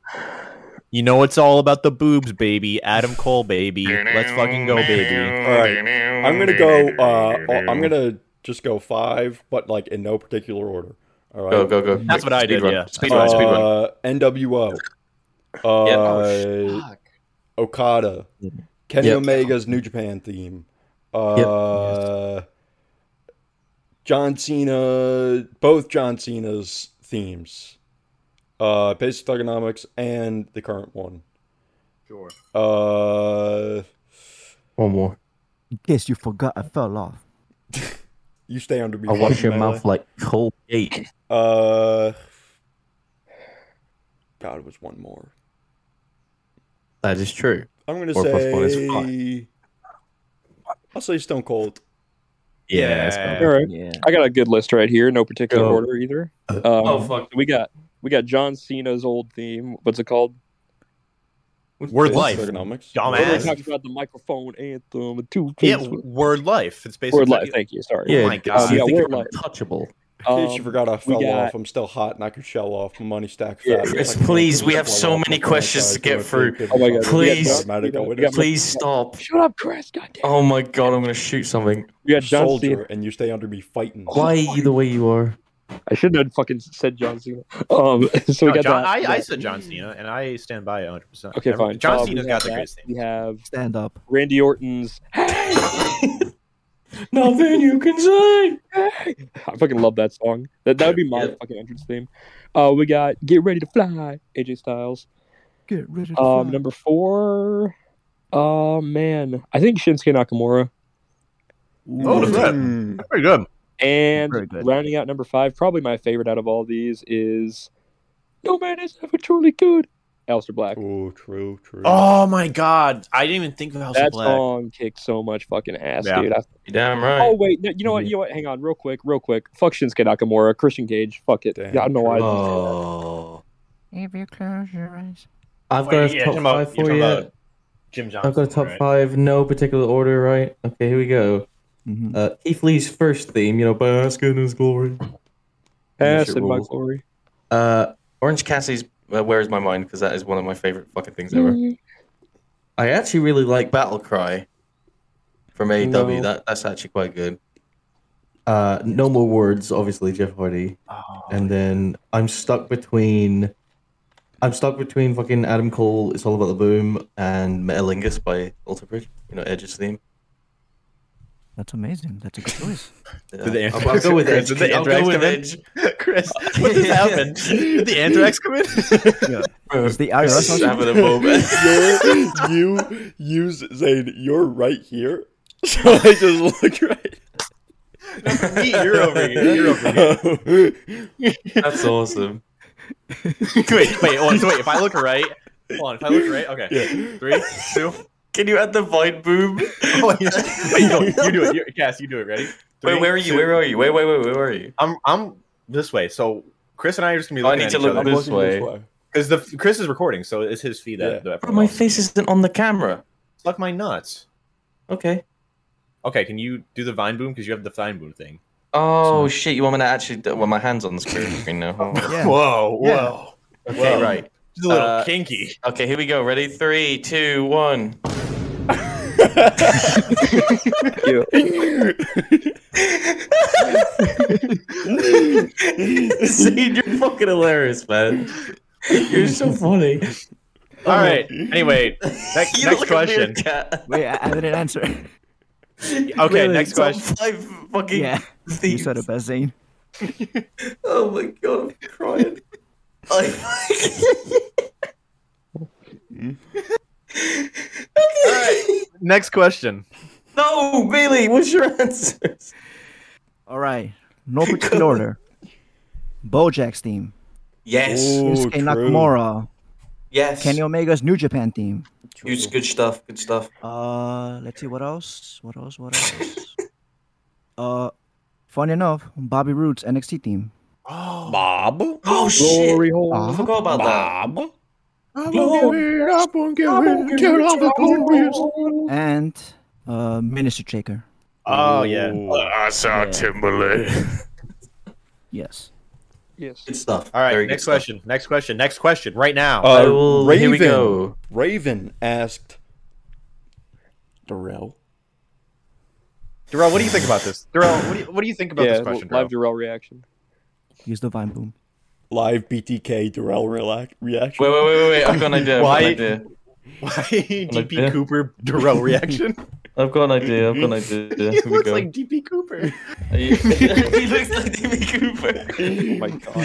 You know it's all about the boobs, baby. Adam Cole, baby. Let's fucking go, baby.
All right. I'm gonna go. Uh, I'm gonna just go five, but like in no particular order. All right.
Go, go, go.
That's what I
Speed
did,
run.
yeah.
Speed run, speed run.
Uh, NWO. Uh, Okada. Kenny
Yep.
Omega's New Japan theme. Uh, John Cena. Both John Cena's themes. Uh, Basic Thugonomics and the current one.
Sure.
Uh,
One more.
In case you forgot, I fell off.
you stay under me.
I'll wash your
Melee.
mouth like Colgate.
Uh, God, it was one more.
That is true.
I'm gonna
Four plus one is
say. I'll say Stone Cold.
Yeah.
that's
Yeah.
All right.
Yeah.
I got a good list right here, no particular
Go.
order either. Um,
Oh, fuck.
we got we got John Cena's old theme. What's it called?
Word
Basic
life.
Thugonomics.
We
Dumbass.
talked about the microphone anthem. and Two
Yeah,
things with-
word life. It's basically
word life. Thank you. Sorry.
Yeah,
Oh my God.
so you
Yeah,
think
we're
you're
like-
untouchable.
In case
Um,
you forgot, I fell
got-
off. I'm still hot. Knock your shell off. My money stack
Yeah.
fat.
Chris,
Like,
please, we
I
have
fell
so
off.
many
My
questions to
stomach
get
started
through.
feeling
Oh my God.
good.
Please.
Automatic, I would've
Yeah,
Please stop.
Shut up, Chris. Goddamn.
Oh my god, I'm gonna shoot something.
We got John Cena.
soldier, and you stay under me fighting.
Why are you the way you are?
I shouldn't have fucking said John Cena. Um, so we
No,
got
John,
that.
I, I said John Cena, and I stand by it 100. percent
Okay, fine.
John
Uh,
Cena's
we
got
have
the
that.
greatest
We
theme.
have
Stand up.
Randy Orton's.
Nothing you can say.
I fucking love that song. That that would be my
Yeah.
fucking entrance theme. Uh, we got Get Ready to Fly, AJ Styles.
Get rid of
Um, number four. Oh man, I think Shinsuke Nakamura.
Oh, the flip.
Mm.
Pretty good.
And
Very good.
rounding out number five, probably my favorite out of all these is No Man is Ever Truly Good. Alistair Black.
Oh, true, true.
Oh my god, I didn't even think of House
That
of Black.
song kicked so much fucking ass,
Yeah.
dude. I,
You're damn right.
oh wait, no, you know what? You know what? Hang on, real quick, real quick. Fuck Shinsuke Nakamura, Christian Cage. Fuck it.
Damn.
Yeah, I don't know why.
Oh.
If you close your eyes.
I've
Wait,
got
yeah,
a top
you're talking
five
about-
for
you're
you.
talking about Jim Johnson.
I've got a top
right?
five, no particular order, right? Okay, here we go.
Mm-hmm.
Mhm.
Uh, Keith Lee's first theme, you know, bask in his glory.
Ass
Shit
in my
rules.
glory.
Uh, Orange Cassidy's uh, "Where Is My Mind" because that is one of my favorite fucking things ever.
Mm-hmm.
I actually really like Battle Cry from AEW.
No.
That that's actually quite good. Uh, no more words, obviously Jeff Hardy, and then I'm stuck between. I'm stuck between fucking Adam Cole, It's All About the Boom, and Metalingus by Alter Bridge, you know, Edge's theme.
That's amazing. That's a good choice.
Yeah.
Did the
I'll, I'll go with Edge.
Did the
I'll go
Anthrax
with
come in?
Edge.
<laughs>
<laughs> Chris, what just happened? Did the anthrax <laughs> come in?
Is the IRS
Just
on
having a moment.
You're, <laughs> you, you, Zane, you're right here. <laughs> So I just look right.
Me, you're over here. You're over <laughs> here.
<laughs>
That's awesome.
wait, wait, hold on, so wait. If I look right, hold on. If I look right, okay. Three, two.
Can you add the vine boom?
<laughs> Oh, yeah. Wait, no, you do it. you Cass, you do it. Ready?
wait, where are you?
two.
Where are you? Wait, wait, wait, where are you?
I'm, I'm this way. So Chris and I are just gonna be
Oh, I
looking
need
at
to
each
look
other
this way.
because the Chris is recording, so it's his feed that. that
Bro, my face isn't on the camera.
Suck my nuts.
Okay.
Okay, can you do the vine boom because you have the vine boom thing?
Oh shit! You want me to actually? Well, my hands on the screen <laughs> now. Hold on.
Yeah.
Whoa, whoa.
Yeah.
Okay,
Whoa.
right.
Just a little
Uh,
kinky.
Okay, here we go. Ready? Three, two, one.
<laughs> Zane, you're fucking hilarious, man. You're so funny.
All right. Anyway, next,
You look
next
like a weird
question.
cat.
Wait, I, I didn't answer.
Okay, next
Top
question.
five fucking
Yeah, you
thieves.
said it best, Zane.
Oh my god, I'm crying. I- <laughs>
Hmm?
<laughs> okay.
Next question.
No, Bailey, what's your answers?
All right, no particular order. Bojack's team,
Yes,
Ooh,
Yusuke Nakamura,
yes.
Kenny Omega's New Japan team.
Good, good stuff. Good stuff.
Uh, let's see what else. What else? What else? uh, funny enough, Bobby Roode's NXT team.
Bob.
Oh shit!
Glory hole.
I forgot about that.
Bob.
and uh, Minister Shaker.
Oh yeah.
Ooh.
I saw Timberland.
Yes.
Yes.
Good stuff.
All right.
Very good
next
stuff.
question. Next question. Next question. Right now.
Uh,
I will-
Raven.
here we go.
Raven asked Darrell.
Darrell, what do you think about this? Darrell, what do you, what do you think about
yeah,
this question?
live
Darrell?
Jarrell reaction.
Use the Vine Boom.
Live BTK Darrell relac- reaction.
Wait, wait, wait, wait, wait. I've got an idea. I've got
Why-
an idea.
Why
Like
DP
that?
Cooper <laughs> Darrell reaction?
I've got an idea. I've got an idea. Here we go.
DP Cooper.
Are you- <laughs> he looks like Timmy Cooper.
Oh my god.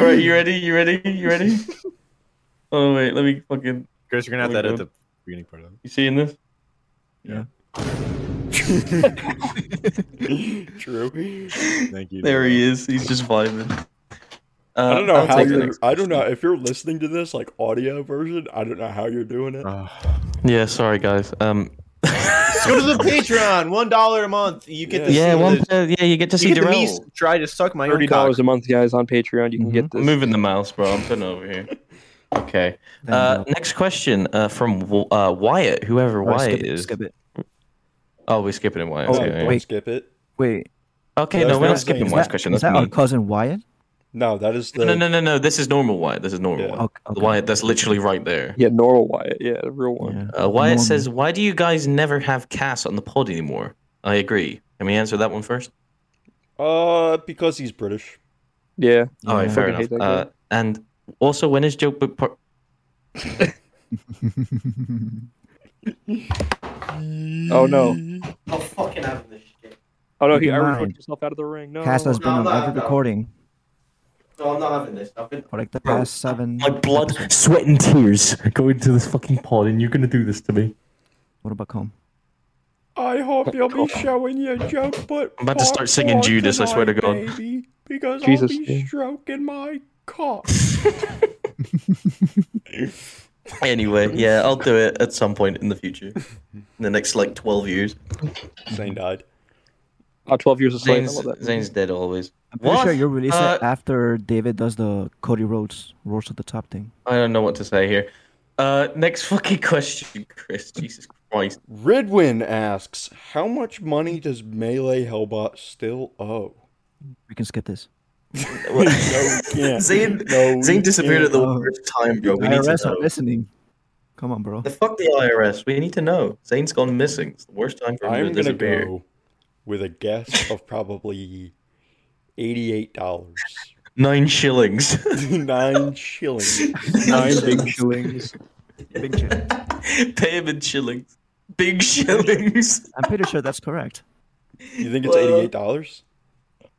All <laughs> right, you ready? You ready? You ready? Oh wait, let me fucking.
Chris, you're gonna have
Here
to
we
edit
go.
the beginning part of it.
You seeing this? <laughs>
True.
Thank you.
There he is. He's just vibing. Uh,
I don't know
I'll
how
take the
you're.
next
I don't know if you're listening to this like audio version. I don't know how you're doing
Uh,
it.
one. Yeah, sorry guys. Um.
Go to the Patreon. One dollar a month. You get to
yeah,
see
one.
the-
uh, yeah, you get to see
You get to me
Darrell.
try to suck my
Thirty
own cock.
dollars a month, guys, on Patreon. You can get
I'm
this.
moving the mouse, bro. I'm putting it over here. Okay. Uh, next question uh, from W- uh, Wyatt, whoever
Alright,
Wyatt
skip it,
is.
skip it.
Oh, we're skipping it, Wyatt.
Oh,
okay,
don't
yeah.
skip it.
Wait,
Okay,
No,
no,
it's
we're
not
not
the
skipping
same.
Wyatt's
that-
question.
is
That's
that
me.
our cousin Wyatt?
No, that is the.
No, no, no, no. This is normal Wyatt. This is normal
Yeah.
Wyatt.
Okay,
The
okay.
Wyatt that's literally right there.
Yeah, normal Wyatt. Yeah, the real one.
Yeah.
Uh, Wyatt
Normal.
says, "Why do you guys never have Cass on the pod anymore?" I agree. Can we answer that one first?
Uh, because he's British.
Yeah.
All right,
Yeah.
fair
Fucking hate
enough.
that guy.
Uh, and also, when is joke book? Par-
Oh no.
I'm fucking having this shit.
Oh no.
Keep
He
in
Irish
mind,
hooked himself out of the ring. No.
Cass has been
No,
on
no,
every
no.
recording
No, I'm not having this. I've been
for like the
Bro,
past seven.
My blood, sweat, and tears go into this fucking pod, and you're gonna do this to me.
What about home?
I hope you'll be showing your joke, but
I'm about to start singing Judas, I swear to God.
baby, because
Jesus,
I'll be
yeah.
stroking my cock.
Anyway, yeah, I'll do it at some point in the future. In the next like 12 years. Mm-hmm.
Zane died.
Oh, 12 years of slave. I
Zane's,
love that.
Zane's dead always.
I'm pretty
What?
sure you release
Uh,
it after David does the Cody Rhodes Roars at the Top thing.
I don't know what to say here. Uh, next fucking question, Chris. Jesus Christ.
Ridwin asks, "How much money does Melee Hellbot still owe?"
We can skip this.
no, we can't.
Zane,
No, we
Zane disappeared at the
can't.
worst time, bro. We need to
IRS are
know.
listening. Come on, bro.
The fuck the IRS. We need to know. Zane's gone missing. It's the worst time for him
I'm
to
gonna
disappear.
go with a guess of probably eighty-eight dollars, <laughs>
Nine shillings. <laughs>
<laughs>
nine shillings.
Nine big shillings.
Big check.
Pay him in shillings. Big <laughs> shillings.
I'm pretty sure that's correct.
You think it's
Well,
eighty-eight dollars?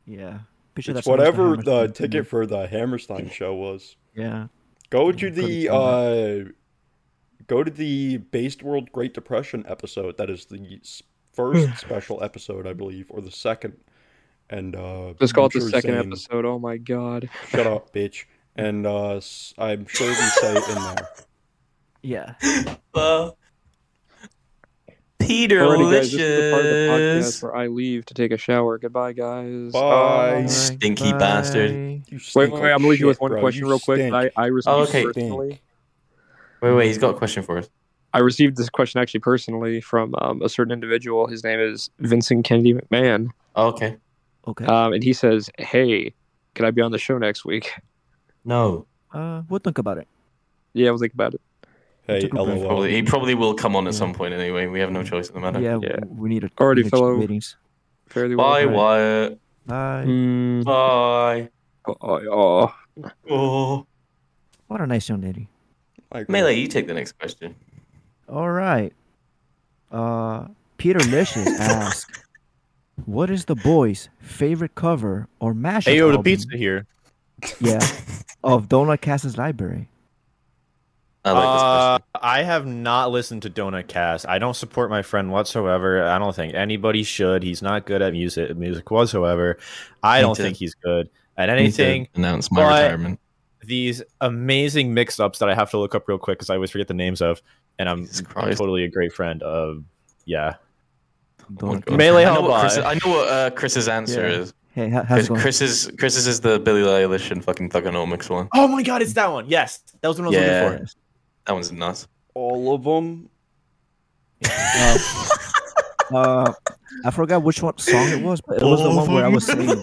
Yeah. Pretty sure that's
It's
how much
whatever the
Hammerstein-
ticket for the Hammerstein show was.
Yeah.
Go to
couldn't
the uh, go to the Based World Great Depression episode. That is the s-
<sighs>
first special episode, I believe, or the second. And uh,
Just call it
I'm
the
sure
second
Zane-
episode. Oh my god.
Shut up, bitch. And uh, s- I'm sure we say
<laughs>
it in there.
Yeah.
Uh, Peter
Alrighty, guys, this is the part of the
Licious.
podcast where I leave to take a shower. Goodbye, guys.
Bye.
Uh,
Stinky bastard.
You stink
Wait, wait,
like
wait! I'm gonna leave you with
shit,
one
bro.
question
You
real quick.
stink.
I, I received
Oh, okay.
personally.
Wait, wait, he's got a question for us.
I received this question actually personally from um, a certain individual. His name is Vincent Kennedy McMahon,
Oh, okay.
Okay.
um, and he says, "Hey, can I be on the show next week?" <laughs>
No.
Uh, we'll think about it.
Yeah, we'll think about it.
Hey,
Took a breath.
lol.
Probably, he probably will come on at some point anyway. We have no choice in the matter.
Yeah,
yeah.
w- we need to
Already,
we need to check
fellow.
ratings.
Fairly
Bye,
well.
Wyatt. Hmm.
Bye.
Mm,
Bye.
oh, <laughs> oh,
Oh.
What a nice young lady.
Like,
Melee, you take the next question.
All right. Uh, Peter Licious asks, "What is the boys' favorite cover or mashup
Hey, yo, the
album?"
pizza here.
Yeah, of Donut Cass's library.
I like this question.
Uh, I have not listened to Donut Cast. I don't support my friend whatsoever. I don't think anybody should. He's not good at music music whatsoever. I
Me
don't
too.
think he's good at
I need to
anything.
Announce my
but-
retirement.
These amazing mix ups that I have to look up real quick because I always forget the names of, and I'm
Jesus Christ.
totally a great friend of. Yeah,
Oh my
Donut.
God.
Melee
I know what,
Hellbot.
Chris, I know what uh, Chris's answer
Yeah.
is.
Hey, how, how's it
Chris,
going?
Chris's Chris's is the Billy Eilish and fucking Thugonomics one.
Oh my god, it's that one. Yes, that was what I was
Yeah.
looking for.
That one's nuts.
All of them.
Uh, I forgot which one song it was, but it was the one where I was
<laughs>
saying.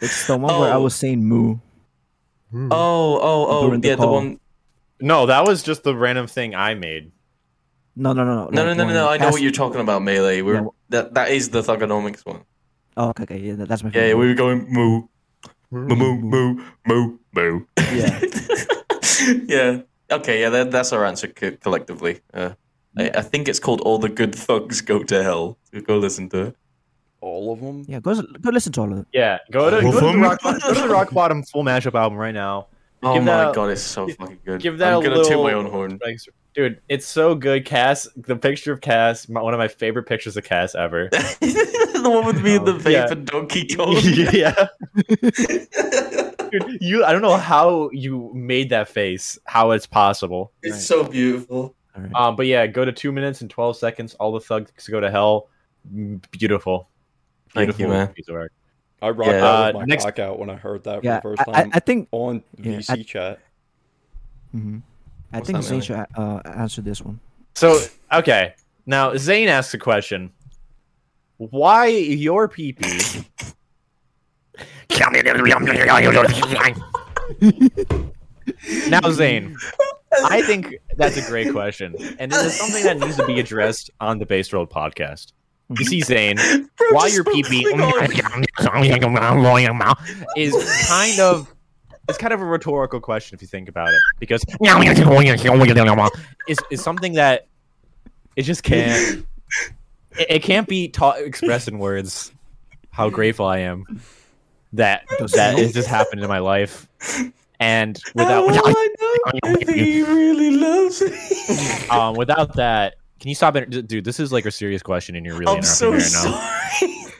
It's the one where I
Oh.
was saying "moo."
Oh, oh, oh,
During the
yeah, the
call.
one.
No, that was just the random thing I made.
No, no, no, no.
No, no,
like
no, no,
when
no. I know
Cass-
what you're talking about, melee. We're
Yeah.
that that is the Thugonomics one.
Oh, okay, okay, yeah, that- that's my
Yeah,
favorite.
yeah, we were going moo, moo, moo, moo, moo, moo.
Yeah.
<laughs> yeah. Okay. Yeah. That, that's our answer co- collectively. Uh, I, I think it's called "All the Good Thugs Go to Hell." Go listen to it.
All of them.
yeah, go s- go listen to all of them.
Yeah, go to,
All
go
of
to, the,
them?
rock, go to the Rock Bottom full mashup album right now.
Oh
Give
my
that-
god, it's so fucking good.
give that
I'm
a
gonna toot my
little-
own horn.
Like, dude, it's so good. Cass, the picture of Cass, my, one of my favorite pictures of Cass
<laughs>
ever.
<laughs> the one with me and the vape
Yeah.
and <laughs> Donkey Kong.
yeah, <laughs> dude, you. I don't know how you made that face. How it's possible.
it's so beautiful.
All right.
Um, but yeah, go to two minutes and twelve seconds. All the thugs go to hell. Mm, Beautiful.
Thank you,
Beautiful
man.
Piece of work.
I rocked
Yeah.
out
Uh,
with my
next-
cock out when I heard that
yeah,
for the first
I, I,
time
I think.
on
yeah,
VC chat.
mhm. I
What's
think
that, Melee?
Zayn should uh, answer this one.
So okay, now Zane asks a question: Why your peepee? now
<laughs>
Zane, I think that's a great question, and it is something that needs to be addressed on the Base Road podcast. You see, Zane,
Bro,
why
just
your
spoke
peepee
Klingon.
<laughs> is kind of it's kind of a rhetorical question if you think about it, because is is something that it just can't it, it can't be taught expressed in words how grateful I am that that it just happened in my life and
Oh,
without
I know. I think he really loves me.
um without that can you stop it dude this is like a serious question and you're really
I'm
interrupting
so
me right now
sorry. <laughs>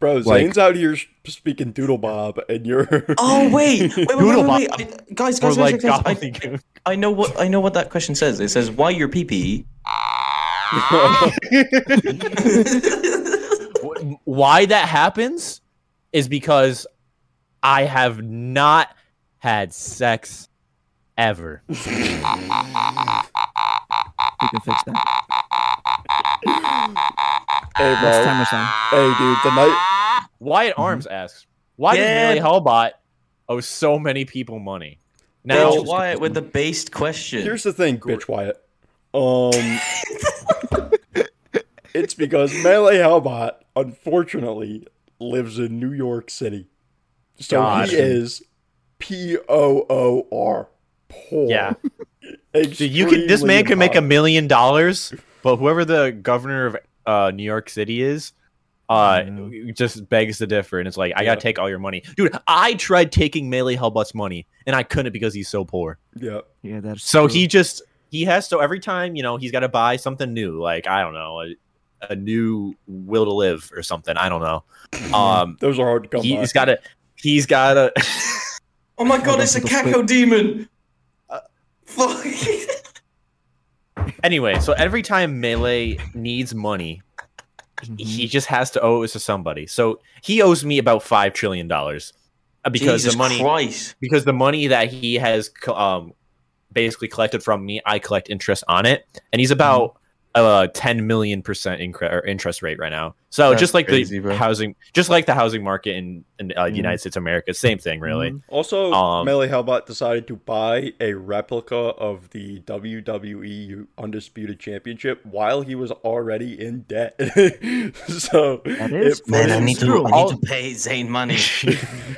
Bro,
Like-
Zane's out here sp- speaking doodle bob, and you're.
Oh <laughs> wait, wait, wait, wait, wait, wait. I, guys,
or
guys, guys,
like
guys, guys. I,
gobbledygook.
I know what I know what that question says. It says why
<laughs>
your pee
Wh- why that happens is because I have not had sex ever.
We can fix that.
hey,
Next
bro.
time or something.
<laughs> Hey, dude. The night.
Wyatt Arms asks, why
Mm-hmm.
does
Yeah.
Melee Hellbot owe so many people money? Now,
Now, why with the based question?
Here's the thing, bitch Wyatt. Um. it's because Melee Hellbot, unfortunately, lives in New York City. So
God.
he is P O O R. Poor. <laughs>
yeah, Dude, you can. This man
can
can make a million dollars, but whoever the governor of uh, New York City is, uh, just begs to differ, and it's like I gotta take all your money, dude. I tried taking Melee Hellbot's money, and I couldn't because he's so poor.
Yeah.
Yeah, that's
So
true.
he just he has so every time you know he's got to buy something new, like I don't know, a, a new will to live or something. I don't know. Um,
Those are hard to come by.
he's got to he's got to.
oh my god, it's a caco demon. Fuck.
<laughs> anyway, so every time Melee needs money,
Mm-hmm.
Mm-hmm.
<laughs> he just has to owe it to somebody. So he owes me about five trillion dollars uh, because
Jesus
the money
Christ.
because the money that he has co- um, basically collected from me, I collect interest on it, and
Mm-hmm.
he's about uh, ten million percent incre- or interest rate right now. So
That's
just like
crazy,
the
bro. Mm-hmm.
housing, just like the housing market in, in uh, the United States of America, same thing really.
Also,
Um,
Melee Hellbot decided to buy a replica of the WWE Undisputed Championship while he was already in debt. <laughs> so
That is
it
Man,
Man,
made
I
him
need to,
screw.
I need to
<laughs>
pay Zane money.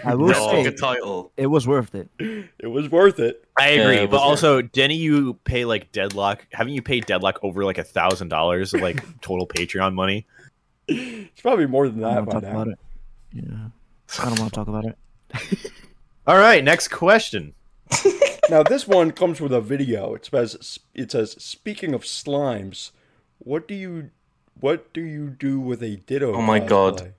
I will
That's
say
a title.
it was worth it.
It was worth it.
I agree,
Yeah,
but
before.
also, didn't you pay like Deadlock? Haven't you paid Deadlock over like a thousand dollars of like <laughs> total Patreon money?
It's probably more than
I
that
don't
by
want to talk
now.
about it. Yeah. I don't want to talk about it.
All right, next question.
Now this one comes with a video. It says it says speaking of slimes, what do you what do you do with a ditto?
Oh my God.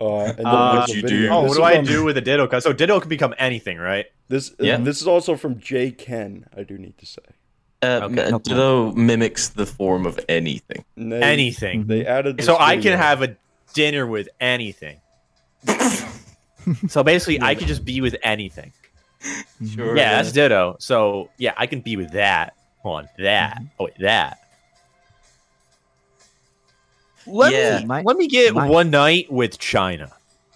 cosplay?" Uh, and then
Uh,
there's a
what you do?
video.
Oh,
This
what
is
do I
from-
do with a Ditto? cos- So Ditto can become anything, right?
This
Yeah.
this is also from J Ken. I do need to say.
Uh,
Okay.
m-
No
Ditto mimics the form of anything.
And they-
Anything.
They added. This
so I can
video.
have a dinner with anything. so basically, I could just be with anything.
Mm-hmm.
Sure.
Yeah, that's Ditto. So yeah, I can be with that. Hold on, that. Oh wait, that. Let
Yeah.
me
My-
let me get
my-
one night with China.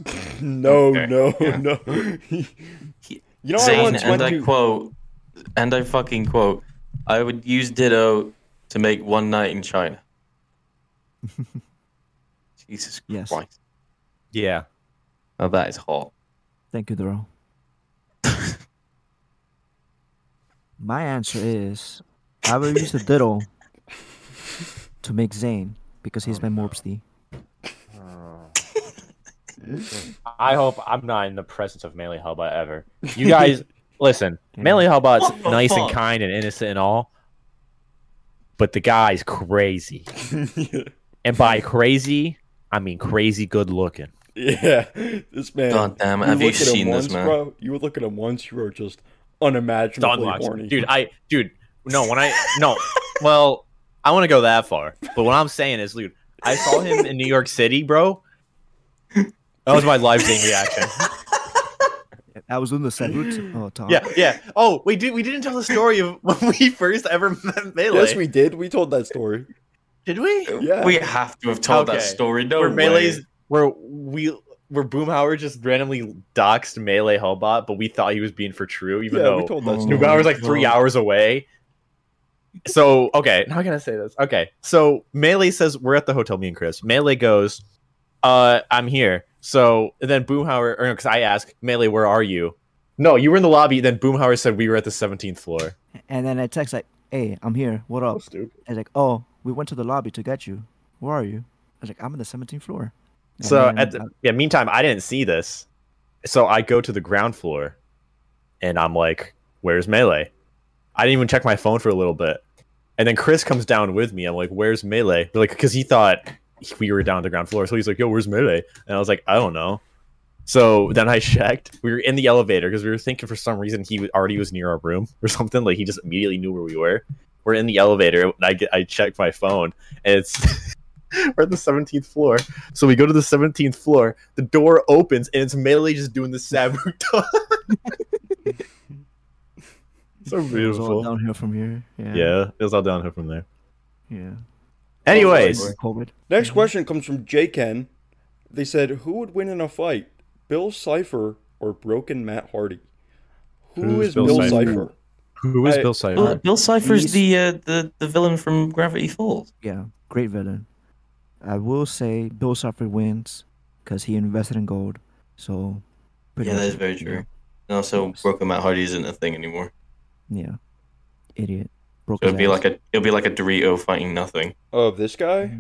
<laughs> No,
Okay,
no,
yeah. <laughs>
<laughs> no. you know, I
Zane,
once
and
went
I
to.
quote, and I fucking quote, I would use Ditto to make one night in China.
<laughs>
Jesus
Yes.
Christ.
Yeah.
Now that is hot.
Thank you, Doro. My answer is I will use the diddle to make Zane because he's my Morpsty.
I hope I'm not in the presence of Melee Hellbot ever. You guys, listen, Melee Hellbot's
What the
nice and
fuck?
kind and innocent and all, but the guy's crazy. And by crazy, I mean crazy good looking.
<laughs> yeah, this man.
God damn it, have you
look at him
seen this
once,
man?
Bro, you would look at him once, you are just
Don
unimaginably
Lux.
horny.
Dude, I dude, no, when I <laughs> no, well, I want to go that far. But what I'm saying is, dude, I saw him in New York City, bro. That was my live game
<laughs>
reaction.
I was doing the salute. Oh, Tom.
Yeah, yeah. Oh, we did. We didn't tell the story of when we <laughs> first ever met Melee.
yes, we did. We told that story.
did. We
Yeah.
We have to have told
Okay.
that story. No
where
way.
Melee's where we where Boomhauer just randomly doxed Melee Hellbot, but we thought he was being for true, even
yeah,
though
we told that
Oh.
story.
Nugawa was like three hours away. So okay, now I gotta say this. Okay, so Melee says we're at the hotel. Me and Chris. Melee goes, "Uh, I'm here." So and then Boomhauer, or because I ask Melee, "Where are you?" No, you were in the lobby. Then Boomhauer said we were at the 17th floor.
And then I text like, "Hey, I'm here. What up?"
Stupid.
And he's like, "Oh, we went to the lobby to get you. Where are you?" I was like, "I'm on the 17th floor." And
So
then uh,
at
I-
the, yeah, meantime, I didn't see this. So I go to the ground floor, and I'm like, "Where's Melee?" I didn't even check my phone for a little bit, and then Chris comes down with me. I'm like, "Where's Melee?" They're like, because he thought we were down at the ground floor, so he's like, "Yo, where's Melee?" And I was like, "I don't know." So then I checked. We were in the elevator because we were thinking for some reason he already was near our room or something. Like he just immediately knew where we were. We're in the elevator. And I get, I checked my phone, and it's <laughs> we're at the 17th floor. So we go to the 17th floor. The door opens, and it's Melee just doing the sabuton. <laughs>
it was
so
all
<laughs> beautiful.
downhill from here. Yeah.
Yeah, it was all downhill from there.
Yeah.
Anyways,
COVID.
Next question comes from J Ken. They said, "Who would win in a fight, Bill Cipher or Broken Matt Hardy?" Who
Who's
is
Bill
Bill
Cipher?
Cipher?
who is
I-
Bill
Bill,
Cipher?
Bill
He's-
Cipher's the, uh, the the villain from Gravity Falls.
Yeah. Great villain. I will say Bill Suffer wins because he invested in gold. So. pretty
Yeah, that
much-
is very true. And also, Broken Matt Hardy isn't a thing anymore.
Yeah. Idiot. Broke
So
his
it'd be
ass.
like a it'll be like a Dorito fighting nothing.
Of this guy?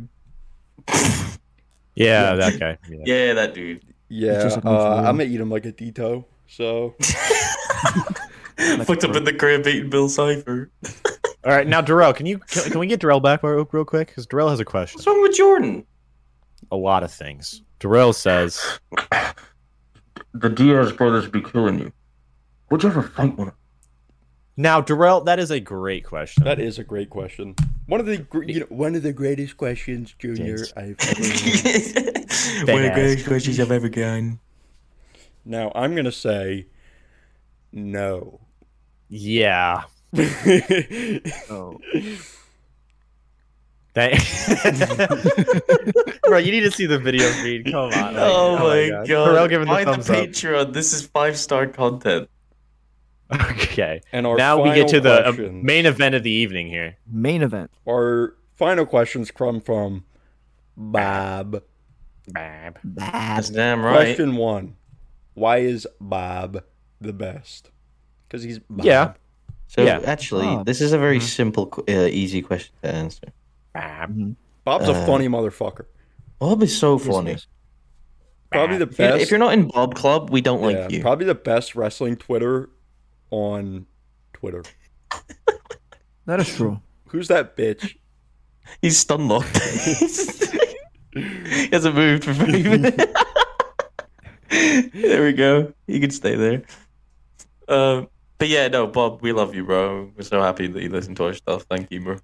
Yeah, that guy. Yeah.
Yeah, that dude.
Yeah,
just an
uh,
engineer.
I'm gonna eat him like a Dito. So
Fucked up in the crib eating Bill Cipher.
All right, now Darrell, can you can, can we get Darrell back real, real quick? Because Darrell has a question.
What's wrong with Jordan?
A lot of things. Darrell says,
The Diaz brothers be killing you. Would you ever fight one?
"Now, Darrell, that is a great question.
that is a great question. One of the gr- you know, one of the greatest questions, Junior.
Yes.
I've
<laughs>
ever heard.
One
ass.
of the greatest questions I've ever gotten.
now I'm gonna say no. <laughs>
yeah,
Oh.
that. <laughs> Bro, you need to see the video feed. Come on. like,
<laughs> Oh, my god.
Darrell giving the
Buy
thumbs
the
up.
Patreon. This is five star content.
<laughs> Okay.
And our
now we get
final
to the uh,
question-
main event of the evening here.
Main event.
Our final questions come from Bob.
That's damn right.
Question one Why is Bob the best? because he's
Yeah.
So
Yeah.
actually,
Ah.
this is a very simple, qu- uh, easy question to answer.
Bob's a
Uh,
funny motherfucker.
Bob is so funny.
Probably the
If you're,
best.
if you're not in Bob Club, we don't
yeah,
like you.
probably the best wrestling Twitter on Twitter.
That is true.
Who's that bitch?
He's stun locked. <laughs> he hasn't moved for five minutes. <laughs> there we go. He can stay there. Um, but yeah, no, Bob, we love you, bro. We're so happy that you listen to our stuff. Thank you, bro.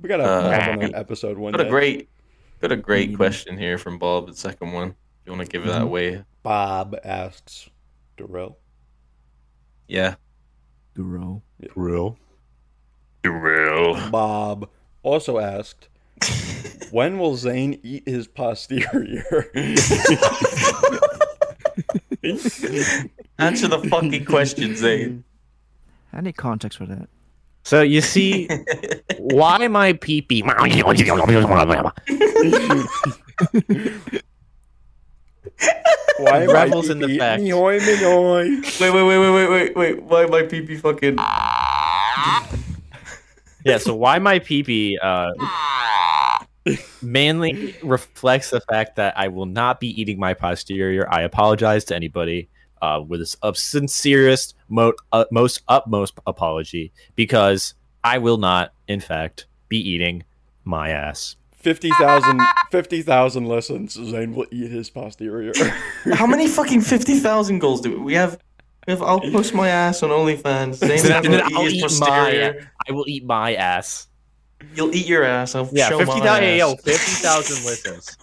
We gotta
Uh,
have Bob on an episode one
Got a
day.
great, got a great
Mm-hmm.
Mhm.
question here from Bob. The second one. If you want to give that away?
Bob asks Darrell.
Yeah.
Duro.
Real.
Real.
Bob
<laughs>
also asked, when will Zane eat his
<laughs>
posterior?
Answer the
<laughs>
fucking eh? question, Zane.
I need context for that.
So you see, why my pee pee?
Why
Rebels in the back.
Wait,
back.
wait, wait, wait, wait, wait, wait. Why my pee pee fucking?
Yeah, so why my pee pee? Uh, mainly reflects the fact that I will not be eating my posterior. I apologize to anybody uh, with this of sincerest, mo- uh, most utmost apology because I will not, in fact, be eating my ass.
50,000 50,000 listens. Zane will eat
<laughs>
his posterior.
How many fucking fifty thousand goals do we, we have? We have. I'll post my ass on OnlyFans. Zane's
And then
gonna
I'll
his
eat my
posterior.
I will eat my ass.
You'll eat your ass. I'll
Yeah,
show
fifty
my ass.
thousand. Yo, fifty
<laughs>
thousand listens.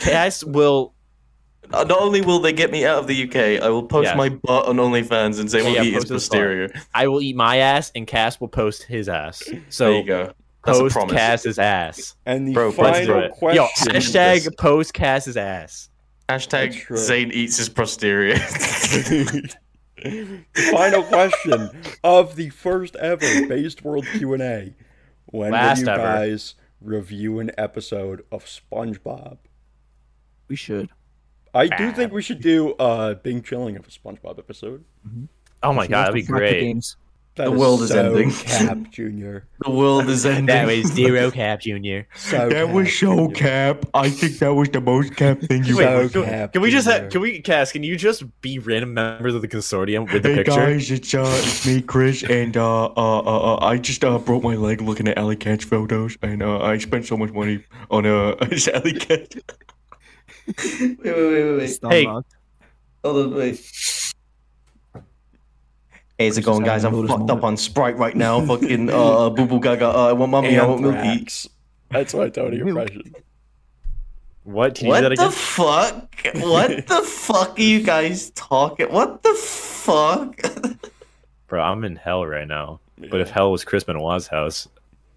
Cass will.
Uh, Not only will they get me out of the UK, I will post
Yeah.
my butt on OnlyFans and say
Yeah,
we'll
yeah,
eat his
post his butt.
posterior.
I will eat my ass, and Cass will post his ass. So
there you go. That's a
post
promise.
Cass's ass.
and the
Bro, let's do
final
it.
question.
Yo, hashtag post Cass's ass.
That's
Hashtag
right.
Zane eats
<laughs>
his posterior.
<laughs> the final question of the first ever Based World Q&A. When
Last
will you
ever.
guys review an episode of SpongeBob?
We should.
Oh
I do think we should do uh Bing Chilling of a SpongeBob episode.
Oh my
Should
god,
also
that'd be
crack the
great.
games.
That
The world is
so
ending. <laughs>
Cap Junior.
the world is ending.
That
<laughs>
was zero cap, Junior.
So
That
Cap
was so
Junior.
cap. I think that was the most cap thing you
Wait,
ever
so
done.
cap.
Can we just
Junior.
have? Can we, Cass? Can you just be random members of the consortium with the
Hey
picture?
guys, it's uh, it's me, Chris, and uh, uh, uh, uh, I just uh broke my leg looking at Alley Cat's photos, and uh, I spent so much money on uh <laughs> Alley Cat.
wait, wait, wait, wait, wait.
It's not
Hey.
locked.
Hold on, wait. How's it going, guys? I'm
Notice
fucked up
moment.
on Sprite
<laughs>
right now. Fucking uh, boo boo gaga. Uh, I want mommy. I want milky.
Anthrax. That's my Tony impression.
What? Can you
What
do that
the
again?
fuck? What the fuck are you guys talking? What the fuck? <laughs>
Bro, I'm in hell right now. But if hell was Chris Benoit's house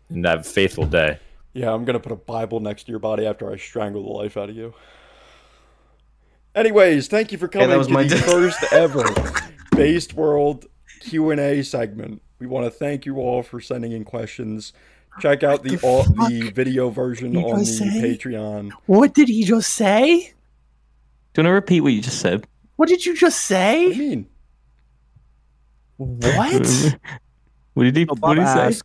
in that faithful day,
Yeah, I'm gonna put a Bible next to your body after I strangle the life out of you. Anyways, thank you for coming
was
to
my <laughs>
the
dick.
first ever Based World Q and A segment. We want to thank you all for sending in questions. Check out the all, the video version on the Patreon.
what did he just say?
Do you want to repeat what you just said?
What did you just
What do
say?
you mean?
What?
<laughs> What did he?
So Oh, Bob asked,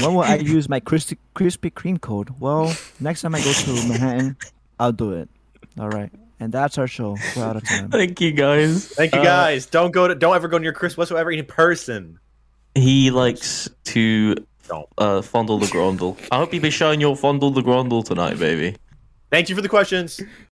when will I use my Christi- Krispy Kreme code? Well, next time I go to Manhattan, I'll do it. All right. And that's our show. We're out of time.
Thank you guys.
Thank you guys. don't go to. Don't ever go near Chris whatsoever in person.
He likes to
Don't.
uh, fondle the grundle. I hope you be showing your fondle the grundle tonight, baby.
Thank you for the questions.